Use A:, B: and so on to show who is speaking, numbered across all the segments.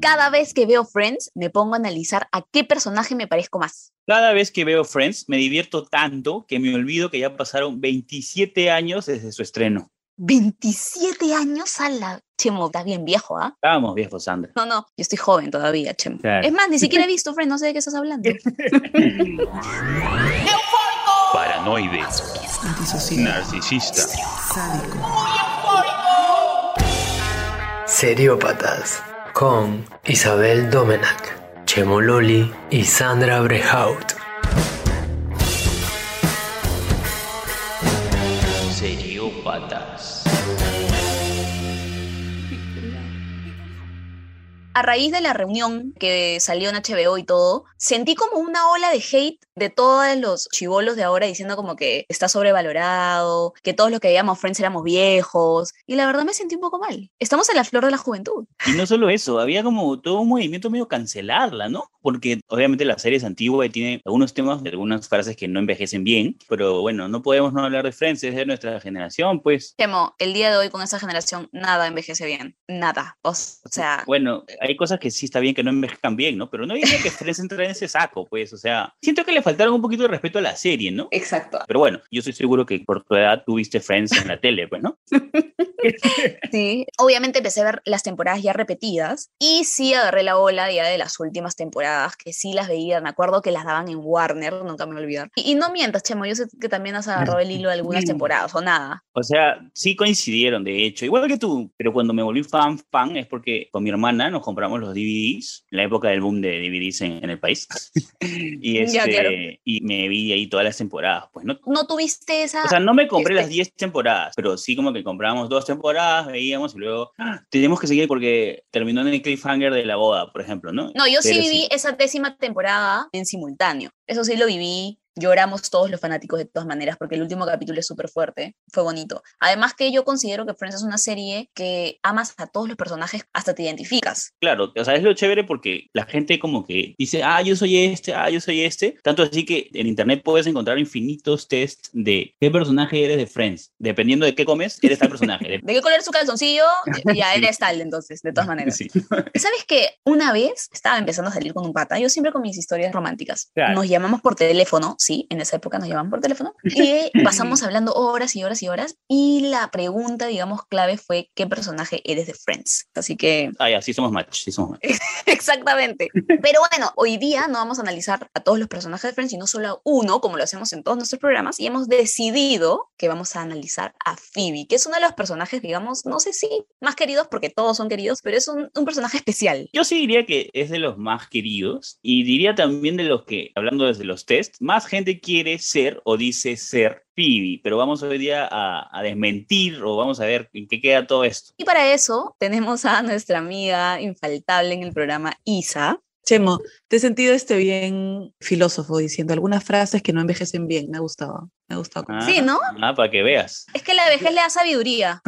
A: cada vez que veo Friends me pongo a analizar a qué personaje me parezco más.
B: Cada vez que veo Friends me divierto tanto que me olvido que ya pasaron 27 años desde su estreno.
A: 27 años a la... Chemo, estás bien viejo, ¿ah?
B: Estábamos viejos, Sandra.
A: No, no, yo estoy joven todavía, Chemo.
C: Claro.
A: Es más, ni siquiera he visto Friends, no sé de qué estás hablando.
D: Paranoide. Narcisista.
E: Seriópatas con Isabel Domenac, Chemololi y Sandra Brehaut.
D: Seriópatas.
A: a raíz de la reunión que salió en HBO y todo, sentí como una ola de hate de todos los chivolos de ahora diciendo como que está sobrevalorado, que todos los que veíamos Friends éramos viejos. Y la verdad me sentí un poco mal. Estamos en la flor de la juventud.
B: Y no solo eso, había como todo un movimiento medio cancelarla, ¿no? Porque obviamente la serie es antigua y tiene algunos temas, algunas frases que no envejecen bien, pero bueno, no podemos no hablar de Friends, es de nuestra generación, pues.
A: Chemo, el día de hoy con esa generación nada envejece bien. Nada. O sea,
B: Bueno, hay cosas que sí está bien que no envejezcan bien, ¿no? Pero no diría que Friends entra en ese saco, pues, o sea, siento que le faltaron un poquito de respeto a la serie, ¿no?
A: exacto.
B: Pero bueno, yo estoy seguro que por tu edad tuviste Friends en la tele, pues, ¿no?
A: Sí, obviamente empecé a ver las temporadas ya repetidas y sí agarré la ola ya de las últimas temporadas, que sí las veía, me acuerdo que las daban en Warner, nunca me voy a olvidar. Y, y no mientas, Chemo, yo sé que también has agarrado el hilo de algunas temporadas o nada.
B: O sea, sí coincidieron, de hecho, igual que tú, pero cuando me volví fan, fan, es porque con mi hermana nos compramos los DVDs, en la época del boom de DVDs en, en el país, y,
A: Ya,
B: este,
A: claro.
B: y me vi ahí todas las temporadas, pues no...
A: ¿No tuviste esa?
B: O sea, no me compré
A: este-
B: las 10 temporadas, pero sí como que comprábamos dos temporadas, veíamos y luego "Ah, tenemos que seguir porque terminó en el cliffhanger de la boda, por ejemplo, ¿no?
A: no, yo sí
B: pero
A: viví
B: sí.
A: esa décima temporada en simultáneo. Eso sí lo viví. Lloramos todos los fanáticos de todas maneras porque el último capítulo es súper fuerte, fue bonito. Además que yo considero que Friends es una serie que amas a todos los personajes, hasta te identificas.
B: Claro, o sea, es lo chévere porque la gente como que dice, ah, yo soy este, ah, yo soy este. Tanto así que en internet puedes encontrar infinitos test de qué personaje eres de Friends. Dependiendo de qué comes, eres tal personaje.
A: ¿De qué color es su calzoncillo? Ya
B: Sí.
A: era tal entonces, de todas maneras.
B: Sí.
A: ¿Sabes que Una vez estaba empezando a salir con un pata, yo siempre con mis historias románticas.
B: Claro.
A: Nos llamamos por teléfono, sí, en esa época nos llamaban por teléfono, y pasamos hablando horas y horas y horas, y la pregunta, digamos, clave fue, ¿qué personaje eres de Friends? Así que,
B: Ah, ya, sí somos match, sí somos match.
A: exactamente. Pero bueno, hoy día no vamos a analizar a todos los personajes de Friends, sino solo a uno, como lo hacemos en todos nuestros programas, y hemos decidido que vamos a analizar a Phoebe, que es uno de los personajes, digamos, no sé si más queridos, porque todos son queridos, pero es un, un personaje especial.
B: Yo sí diría que es de los más queridos y diría también de los que, hablando desde los test, más gente quiere ser o dice ser Phoebe, pero vamos hoy día a, a desmentir o vamos a ver en qué queda todo esto.
A: Y para eso tenemos a nuestra amiga infaltable en el programa, Isa.
F: Chemo, te he sentido este bien filósofo diciendo algunas frases que no envejecen bien. Me ha gustado, me ha gustado.
B: Ah,
A: Sí, ¿no?
B: Ah, para que veas.
A: Es que la vejez le da sabiduría.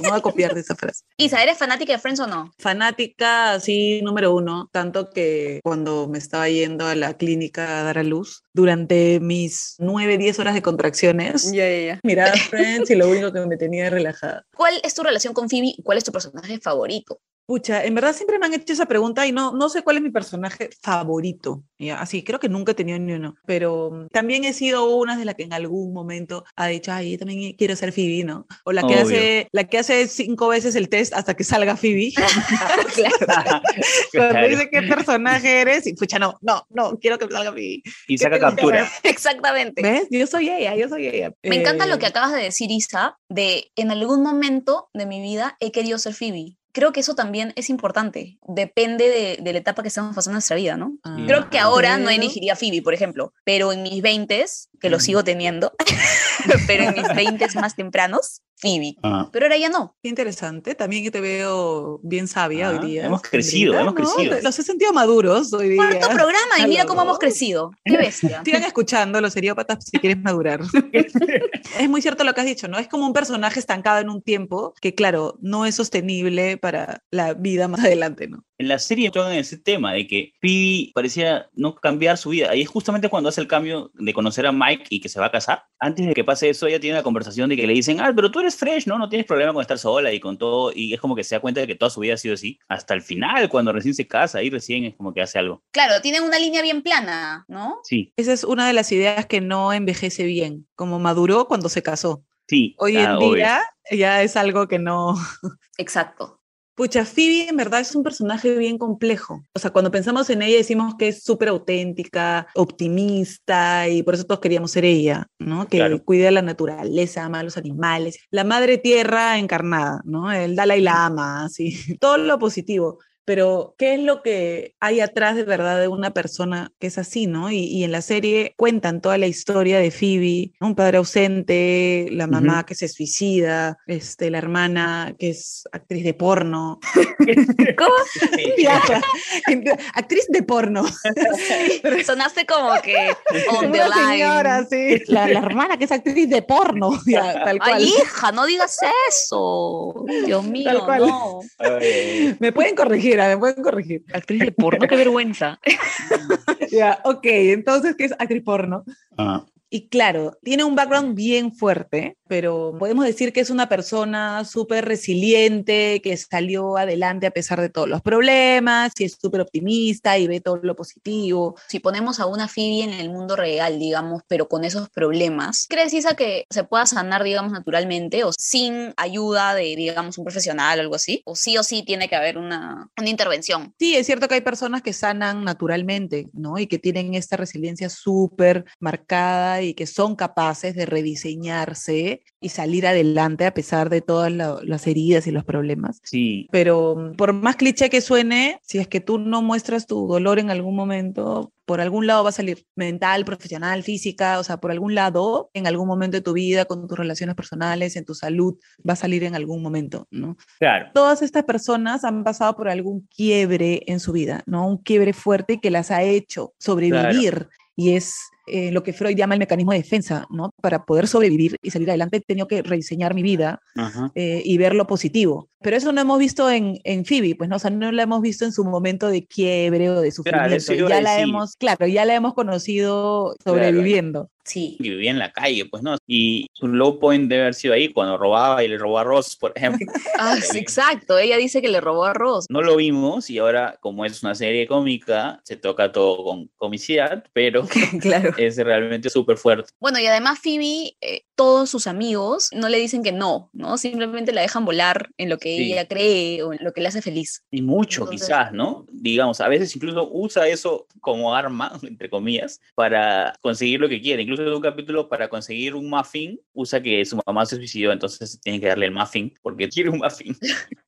F: Me voy a copiar de esa frase.
A: Isa, ¿eres fanática de Friends o no?
F: Fanática, así, número uno, tanto que cuando me estaba yendo a la clínica a dar a luz, durante mis nueve, diez horas de contracciones,
G: Ya, ya, ya.
F: miraba Friends y lo único que me tenía relajada.
A: ¿Cuál es tu relación con Phoebe y cuál es tu personaje favorito?
F: Pucha, en verdad siempre me han hecho esa pregunta y no, no sé cuál es mi personaje favorito. ya, Así, creo que nunca he tenido ni uno. Pero mm, también he sido una de las que en algún momento ha dicho, ay, yo también quiero ser Phoebe, ¿no? O la que,
B: Obvio.
F: hace, la que hace cinco veces el test hasta que salga Phoebe.
A: Ah, claro.
F: Cuando
B: Claro.
F: dice qué personaje eres, y pucha, no, no, no, quiero que salga Phoebe.
B: Y
F: ¿Qué
B: saca
F: tengo que
B: captura.
A: Exactamente.
F: ¿Ves? Yo soy ella, yo soy ella.
A: Me encanta lo que
F: Eh,
A: acabas de decir, Isa, de en algún momento de mi vida he querido ser Phoebe. Creo que eso también es importante. Depende de, de la etapa que estamos pasando en nuestra vida, ¿no?
F: ah,
A: Creo que ahora no
F: pero- Mm.
A: elegiría Phoebe, por ejemplo, pero en mis 20s, que lo sigo teniendo, pero en mis 20s más tempranos, Phoebe.
B: Ah.
A: Pero ahora ya no.
F: Qué interesante, también que te veo bien sabia
B: Ah,
F: hoy día.
B: hemos crecido,
F: Sandrita,
B: hemos crecido.
F: Los he sentido maduros hoy día.
A: Cuarto programa y mira cómo
F: ¿eh? Aló.
A: hemos crecido. Qué bestia.
F: Sigan escuchando los seriópatas si quieres madurar. es muy cierto lo que has dicho, ¿no? Es como un personaje estancado en un tiempo que, claro, no es sostenible para la vida más adelante, ¿no?
B: En la serie tocan ese tema de que Phoebe parecía no cambiar su vida. Ahí es justamente cuando hace el cambio de conocer a Mike y que se va a casar. Antes de que pase eso, ella tiene una conversación de que le dicen, ah, pero tú eres eres fresh, ¿no? No tienes problema con estar sola y con todo. Y es como que se da cuenta de que toda su vida ha sido así. Hasta el final, cuando recién se casa, ahí recién es como que hace algo.
A: Claro, tienen una línea bien plana, ¿no?
B: Sí,
F: Esa es una de las ideas que no envejece bien, como maduró cuando se casó.
B: sí.
F: Hoy
B: ah,
F: en
B: obvio.
F: día ya es algo que no...
A: Exacto.
F: Pucha, Phoebe en verdad es un personaje bien complejo. O sea, cuando pensamos en ella decimos que es súper auténtica, optimista y por eso todos queríamos ser ella, ¿no? Que
B: Claro.
F: cuida la naturaleza, ama a los animales, la madre tierra encarnada, ¿no? El Dalai Lama, así, todo lo positivo. Pero, ¿qué es lo que hay atrás de verdad de una persona que es así, no? Y, y en la serie cuentan toda la historia de Phoebe, ¿no? un padre ausente, la mamá que se suicida, este, la hermana que es actriz de porno. actriz de porno.
A: Sonaste como que on the
F: Una
A: line.
F: señora, sí. La, la hermana que es actriz de porno, ya, tal cual.
A: Ay, hija, no digas eso. Dios mío,
F: Tal cual.
A: no.
B: Ay,
F: Me pueden corregir, ah, me pueden corregir.
A: Actriz de porno, qué vergüenza.
F: Ya, ok, entonces, ¿qué es actriz porno?
B: ah.
F: Y claro, tiene un background bien fuerte, pero podemos decir que es una persona súper resiliente, que salió adelante a pesar de todos los problemas, y es súper optimista y ve todo lo positivo.
A: Si ponemos a una Phoebe en el mundo real, digamos, pero con esos problemas, ¿crees, Isa, que se pueda sanar, digamos, naturalmente o sin ayuda de, digamos, un profesional o algo así? ¿O sí o sí tiene que haber una, una intervención?
F: Sí, es cierto que hay personas que sanan naturalmente, ¿no? Y que tienen esta resiliencia súper marcada y que son capaces de rediseñarse y salir adelante a pesar de todas la- las heridas y los problemas.
B: Sí,
F: Pero mm, por más cliché que suene, si es que tú no muestras tu dolor en algún momento, por algún lado va a salir mental, profesional, física, o sea, por algún lado, en algún momento de tu vida, con tus relaciones personales, en tu salud, va a salir en algún momento, ¿no?
B: claro.
F: todas estas personas han pasado por algún quiebre en su vida, ¿no? Un quiebre fuerte que las ha hecho sobrevivir y es eh, lo que Freud llama el mecanismo de defensa, ¿no? Para poder sobrevivir y salir adelante he tenido que rediseñar mi vida
B: Ajá.
F: eh, y ver lo positivo. Pero eso no hemos visto en, en Phoebe, pues no, o sea, no la hemos visto en su momento de quiebre o de
B: Claro,
F: sufrimiento.
B: eso iba a
F: ya la
B: decir.
F: hemos, claro, ya la hemos conocido sobreviviendo.
A: Sí.
B: Y vivía en la calle, pues no. Y su low point debe haber sido ahí cuando robaba y le robó a Ross, por ejemplo.
A: Ah, sí, exacto. Ella dice que le robó a Ross.
B: No lo vimos y ahora, como es una serie cómica, se toca todo con comicidad, pero
A: claro.
B: es realmente súper fuerte.
A: Bueno, y además Phoebe, eh, todos sus amigos no le dicen que no, ¿no? Simplemente la dejan volar en lo que
B: Sí.
A: ella cree o en lo que le hace feliz.
B: Y mucho,
A: Entonces-
B: quizás, ¿no? Digamos, a veces incluso usa eso como arma, entre comillas, para conseguir lo que quiere. Incluso en un capítulo, para conseguir un muffin, usa que su mamá se suicidó, entonces tiene que darle el muffin, porque quiere un muffin.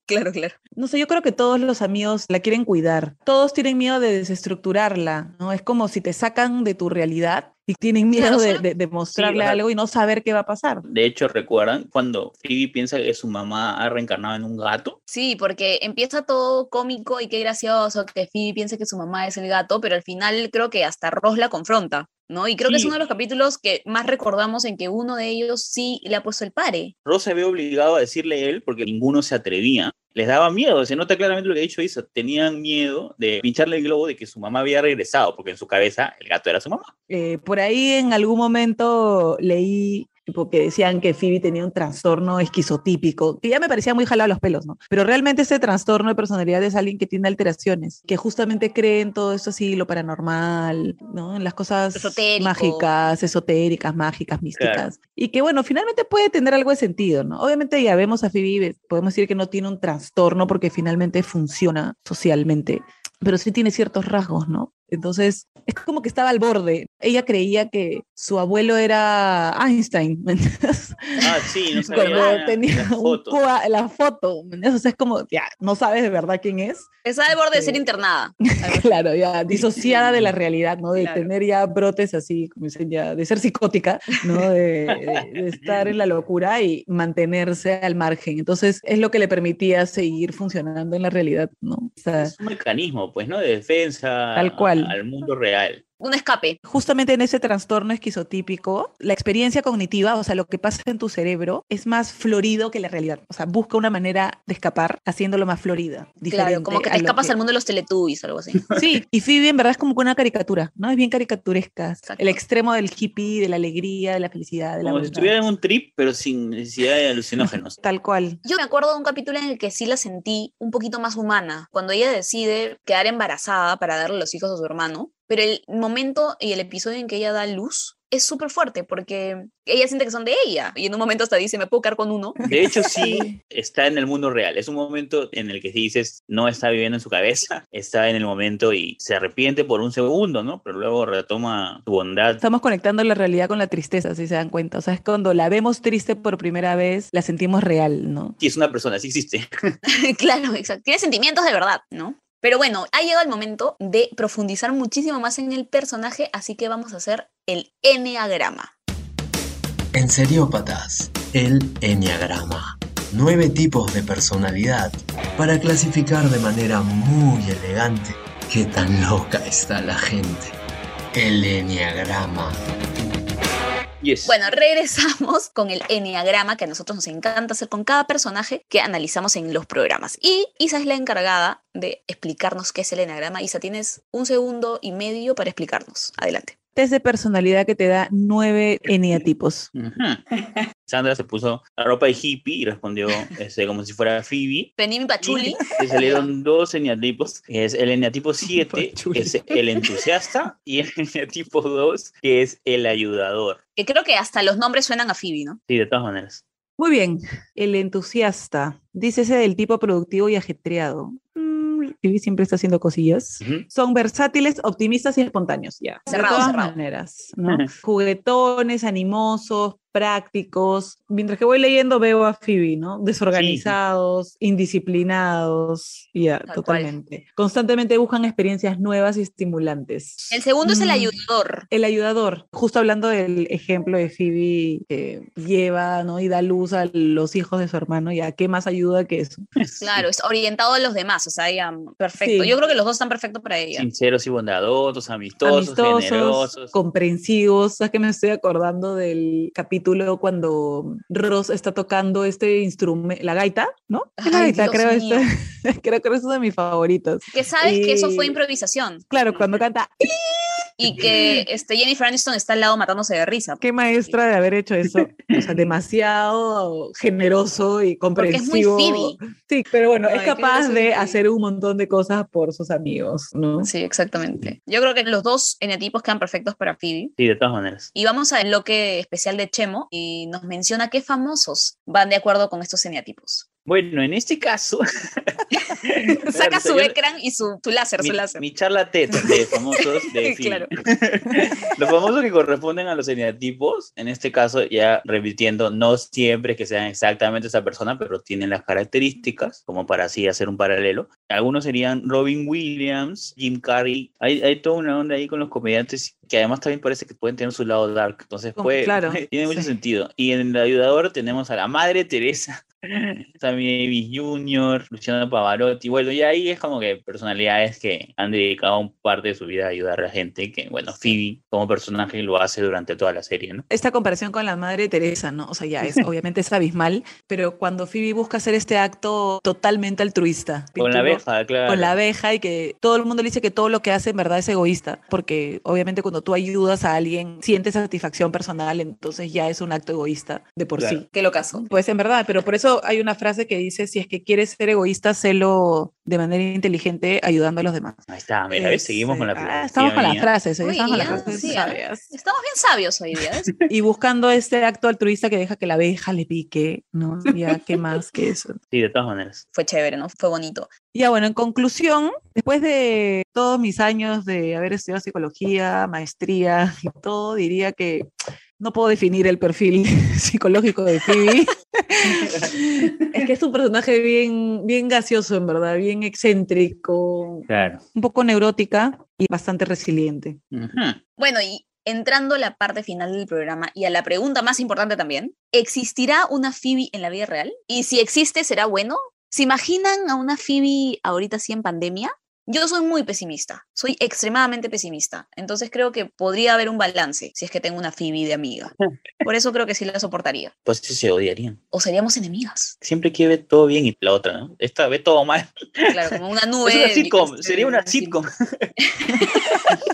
A: Claro, claro.
F: No sé, yo creo que todos los amigos la quieren cuidar. Todos tienen miedo de desestructurarla, ¿no? Es como si te sacan de tu realidad y tienen
A: Claro,
F: miedo de,
A: solo-
F: de- de mostrarle
B: ajá.
F: algo y no saber qué va a pasar.
B: De hecho, ¿recuerdan cuando Phoebe piensa que su mamá ha reencarnado en un gato?
A: Sí, porque empieza todo cómico y qué gracioso que Phoebe piensa que su mamá es el gato, pero al final creo que hasta Ross la confronta, ¿no? Y creo que es
B: Sí.
A: uno de los capítulos que más recordamos en que uno de ellos sí le ha puesto el pare.
B: Ross se ve obligado a decirle él porque ninguno se atrevía. Les daba miedo, se nota claramente lo que ha dicho Isa. Tenían miedo de pincharle el globo de que su mamá había regresado, porque en su cabeza el gato era su mamá.
F: Eh, por ahí en algún momento leí porque decían que Phoebe tenía un trastorno esquizotípico, que ya me parecía muy jalado a los pelos, ¿no? Pero realmente ese trastorno de personalidad es alguien que tiene alteraciones, que justamente cree en todo esto así, lo paranormal, ¿no? En las cosas
A: Esotérico.
F: mágicas, esotéricas, mágicas, místicas. Y que bueno, finalmente puede tener algo de sentido, ¿no? Obviamente ya vemos a Phoebe, eh, podemos decir que no tiene un trastorno porque finalmente funciona socialmente, pero sí tiene ciertos rasgos, ¿no? Entonces, es como que estaba al borde. Ella creía que su abuelo era Einstein, ¿me entiendes?
B: Ah, sí, no sabía.
F: Cuando
B: nada.
F: tenía
B: Las
F: un
B: fotos.
F: cua- la foto, ¿me entiendes? O sea, es como, ya, no sabes de verdad quién es.
A: Está al borde de ser
F: Sí.
A: internada.
F: Claro, ya disociada de la realidad, ¿no? De
A: Claro.
F: tener ya brotes así, como dicen ya, de ser psicótica, ¿no? De, de- de estar en la locura y mantenerse al margen. Entonces, es lo que le permitía seguir funcionando en la realidad, ¿no? O sea,
B: Es un mecanismo, pues, ¿no? De defensa
F: Tal cual.
B: al mundo real.
A: un escape.
F: Justamente en ese trastorno esquizotípico, la experiencia cognitiva, o sea, lo que pasa en tu cerebro, es más florido que la realidad. O sea, busca una manera de escapar haciéndolo más florida.
A: Claro, como que te
F: a lo
A: escapas
F: que-
A: al mundo de los Teletubbies, algo así.
F: Sí, y Phoebe en verdad es como que una caricatura, ¿no? Es bien caricaturesca.
A: Exacto.
F: El extremo del hippie, de la alegría, de la felicidad, de la
B: Como si
F: abundancia.
B: estuviera en un trip, pero sin necesidad de alucinógenos.
F: Tal cual.
A: Yo me acuerdo de un capítulo en el que sí la sentí un poquito más humana, cuando ella decide quedar embarazada para darle los hijos a su hermano, pero el momento y el episodio en que ella da luz es súper fuerte porque ella siente que son de ella y en un momento hasta dice, me puedo quedar con uno.
B: De hecho, sí está en el mundo real. Es un momento en el que dices, no está viviendo en su cabeza, está en el momento y se arrepiente por un segundo, ¿no? Pero luego retoma su bondad.
F: Estamos conectando la realidad con la tristeza, si se dan cuenta. O sea, es cuando la vemos triste por primera vez, la sentimos real, ¿no?
B: Y es una persona, sí existe.
A: claro, exacto. Tiene sentimientos de verdad, ¿no? Pero bueno, ha llegado el momento de profundizar muchísimo más en el personaje, así que vamos a hacer el enneagrama.
E: En Seriópatas, el Enneagrama. Nueve tipos de personalidad para clasificar de manera muy elegante qué tan loca está la gente. El Enneagrama.
B: Y es
A: Bueno, regresamos con el enneagrama que a nosotros nos encanta hacer con cada personaje que analizamos en los programas. Y Isa es la encargada de explicarnos qué es el enneagrama. Isa, tienes un segundo y medio para explicarnos. Adelante.
F: Test de personalidad que te da nueve eneatipos.
B: Ujú. Sandra se puso la ropa de hippie y respondió este, como si fuera Phoebe.
A: Penimi Pachuli.
B: Y Le salieron dos eneatipos, que es el eneatipo 7,
F: Pachuli.
B: que es el entusiasta, y el eneatipo 2, que es el ayudador.
A: que creo que hasta los nombres suenan a Phoebe, ¿no?
B: Sí, de todas maneras.
F: Muy bien. El entusiasta. Dícese del tipo productivo y ajetreado. Mm, Vivi siempre está haciendo cosillas.
B: Ujú.
F: Son versátiles, optimistas y espontáneos, ya.
A: Cerrado,
F: de todas
A: cerrado.
F: maneras, ¿no? Juguetones, animosos, prácticos. Mientras que voy leyendo veo a Phoebe, ¿no? Desorganizados, indisciplinados, ya,
A: Tal
F: totalmente. Constantemente buscan experiencias nuevas y estimulantes.
A: El segundo es el
F: Mm.
A: ayudador.
F: El ayudador, justo hablando del ejemplo de Phoebe que lleva ¿no? y da luz a los hijos de su hermano, ya qué más ayuda que eso.
A: Claro, es orientado a los demás, o sea, ya, perfecto.
F: Sí.
A: Yo creo que los dos están perfectos para ella.
B: Sinceros y bondadosos, amistosos, generosos.
F: comprensivos. ¿Sabes que me estoy acordando del capítulo cuando Ross está tocando este instrumento, la gaita, ¿no? Es la
A: Ay,
F: gaita,
A: Dios
F: creo,
A: mío.
F: este- creo que es uno de mis favoritos.
A: Que sabes que eso fue
F: Y-
A: improvisación
F: Claro, cuando canta, "¡Ih!",
A: y que este, Jennifer Aniston está al lado matándose de risa.
F: qué maestra de haber hecho eso. O sea, demasiado generoso y
A: Porque es muy
F: comprensivo.
A: Phoebe.
F: Sí, pero bueno,
A: Ay,
F: es
A: qué
F: capaz
A: gracioso,
F: de
A: sí.
F: hacer un montón de cosas por sus amigos, ¿no?
A: Sí, exactamente. Yo creo que los dos eneatipos quedan perfectos para Phoebe.
B: Sí, de todas maneras.
A: Y vamos al bloque especial de Chemo y nos menciona qué famosos van de acuerdo con estos eneatipos.
B: Bueno, en este caso.
A: Saca su
B: Yo-
A: ecran y su, tu láser,
B: mi,
A: su láser.
B: mi charla teta de famosos de Phoebe.
A: Claro.
B: Los famosos que corresponden a los eneatipos, en este caso ya repitiendo, no siempre que sean exactamente esa persona, pero tienen las características, como para así hacer un paralelo. Algunos serían Robin Williams, Jim Carrey. Hay, hay toda una onda ahí con los comediantes que además también parece que pueden tener su lado dark. Entonces,
F: Como-
B: puede,
F: claro,
B: tiene mucho
F: sí.
B: sentido. Y en el ayudador tenemos a la madre Teresa. Sammy Davis Jr., Luciano Pavarotti. Bueno, y ahí es como que personalidades que han dedicado un parte de su vida a ayudar a la gente, que bueno, Phoebe como personaje lo hace durante toda la serie, ¿no?
F: esta comparación con la madre Teresa, ¿no? O sea, ya es, obviamente es abismal, pero cuando Phoebe busca hacer este acto totalmente altruista.
B: Con la
F: pintura-
B: abeja, claro.
F: Con la abeja y que todo el mundo le dice que todo lo que hace en verdad es egoísta, porque obviamente cuando tú ayudas a alguien, sientes satisfacción personal, entonces ya es un acto egoísta de por
B: Claro.
F: sí.
A: Qué locazo.
F: Pues en verdad, pero por eso hay una frase que dice, si es que quieres ser egoísta, sélo de manera inteligente ayudando a los demás.
B: Ahí está, mira, ¿ves? seguimos con la
F: Este, ah,
B: filosofía
F: estamos con las
B: mía.
F: frases, hoy
A: Muy
F: estamos con las
A: bien,
F: frases
A: sí, ah.
F: sabias
A: Estamos bien sabios hoy día. ¿ves?
F: y buscando este acto altruista que deja que la abeja le pique, ¿no? Ya, ¿qué más que eso?
B: Sí, de todas maneras.
A: Fue chévere, ¿no? Fue bonito.
F: Ya, bueno, en conclusión, después de todos mis años de haber estudiado psicología, maestría y todo, diría que no puedo definir el perfil psicológico de Phoebe. es que es un personaje bien, bien gaseoso, en verdad, bien excéntrico,
B: Claro.
F: un poco neurótica y bastante resiliente.
B: Ujú.
A: Bueno, y entrando a la parte final del programa y a la pregunta más importante también, ¿existirá una Phoebe en la vida real? Y si existe, ¿será bueno? ¿Se imaginan a una Phoebe ahorita sí en pandemia? Yo soy muy pesimista, soy extremadamente pesimista, entonces creo que podría haber un balance si es que tengo una Phoebe de amiga. Por eso creo que sí la soportaría.
B: Pues sí, se odiarían.
A: O seríamos enemigas.
B: Siempre quiere ver todo bien y la otra, ¿no? Esta ve todo mal.
A: Claro, como una nube.
B: Es una
A: de
B: sitcom,
A: microondas.
B: sería una sitcom.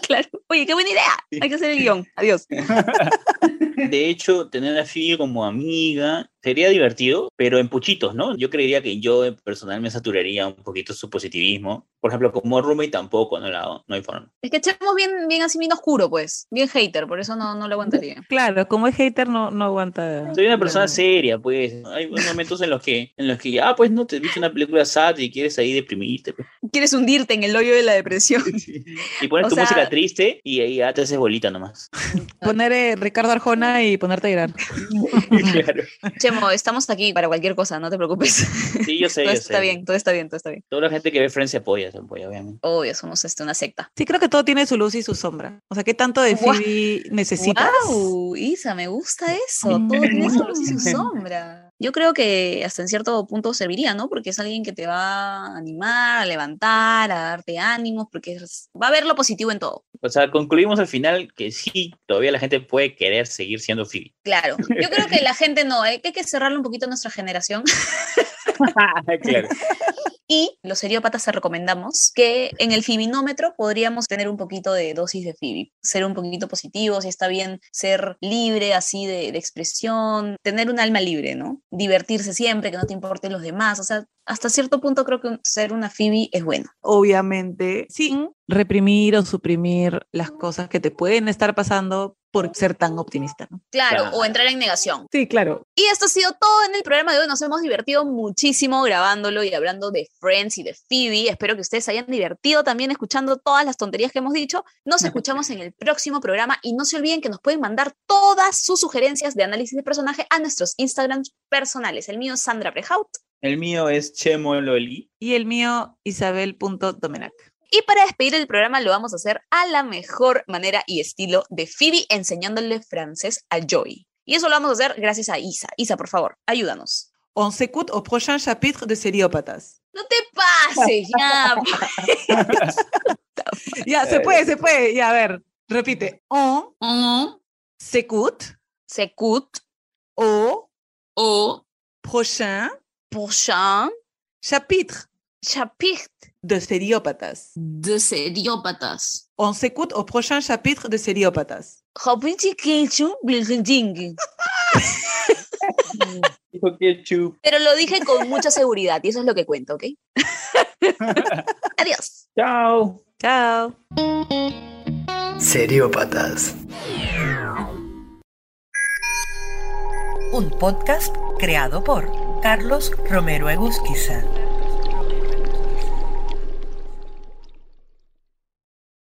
A: Claro. Oye, qué buena idea. Hay que hacer el guión. Adiós.
B: De hecho, tener a Phoebe como amiga sería divertido, pero en puchitos, ¿no? Yo creería que yo en personal me saturaría un poquito su positivismo. Por ejemplo, como roommate tampoco, no, la, no hay forma.
A: Es que echamos bien, bien así, bien oscuro, pues. Bien hater, por eso no, no lo aguantaría.
F: Claro, como es hater no, no aguanta.
A: Ah,
B: Soy una persona
F: Claro.
B: seria, pues. Hay momentos en los que, en los que, ah, pues no, te viste una película sad y quieres ahí deprimirte. pues.
A: Quieres hundirte en el hoyo de la depresión.
B: Y pones
A: O
B: tu
A: sea-
B: música triste y ahí ya te haces bolita nomás.
F: Poner eh, Ricardo Arjona y ponerte a llorar.
B: claro.
A: Chemo, estamos aquí para cualquier cosa, no te preocupes.
B: Sí, yo sé,
A: todo
B: yo
A: Pues está
B: sé.
A: bien, todo está bien, todo está bien.
B: Toda la gente que ve Friends se apoya, se apoya, obviamente.
A: Obvio, somos este, una secta.
F: Sí, creo que todo tiene su luz y su sombra. O sea, ¿qué tanto de
A: Guau.
F: Phoebe necesitas?
A: ¡Wow! Isa, me gusta eso. Todo tiene su luz y su sombra. Yo creo que hasta en cierto punto serviría, ¿no? Porque es alguien que te va a animar, a levantar, a darte ánimos, porque es- va a ver lo positivo en todo.
B: O sea, concluimos al final que sí, todavía la gente puede querer seguir siendo Phoebe.
A: Claro. Yo creo que la gente no, ¿eh? que hay que cerrarle un poquito a nuestra generación. Ah,
B: claro.
A: Y los seriópatas te recomendamos que en el fibinómetro podríamos tener un poquito de dosis de fibi, ser un poquito positivos, y está bien ser libre así de, de expresión, tener un alma libre, ¿no? Divertirse siempre, que no te importen los demás, o sea, hasta cierto punto creo que un- ser una fibi es bueno.
F: Obviamente, sin reprimir o suprimir las cosas que te pueden estar pasando por ser tan optimista. ¿no?
A: Claro,
B: Claro.
A: o entrar en negación.
F: Sí, claro.
A: Y esto ha sido todo en el programa de hoy. Nos hemos divertido muchísimo grabándolo y hablando de Friends y de Phoebe. Espero que ustedes se hayan divertido también escuchando todas las tonterías que hemos dicho. Nos escuchamos en el próximo programa y no se olviden que nos pueden mandar todas sus sugerencias de análisis de personaje a nuestros Instagrams personales. El mío es Sandra Prejaut.
B: El mío es Chemo Loli.
F: Y el mío, Isabel.domenac.
A: Y para despedir el programa lo vamos a hacer a la mejor manera y estilo de Phoebe enseñándole francés a Joey. Y eso lo vamos a hacer gracias a Isa. Isa, por favor, ayúdanos.
F: On s'écoute au prochain chapitre de Seriópatas.
A: No te pases, ya.
F: Ya, se puede, se puede. Ya, a ver, repite. On
A: Mm,
F: s'écoute
A: Secut
F: au
A: o
F: prochain
A: prochain
F: chapitre
A: chapitre
F: de Seriópatas.
A: de seriópatas.
F: On s'écoute au prochain chapitre de Seriópatas.
B: Dijo que chup.
A: Pero lo dije con mucha seguridad y eso es lo que cuento, ¿ok? Adiós.
B: Chao.
F: Chao.
E: Seriópatas.
C: un podcast creado por Carlos Romero Egusquiza.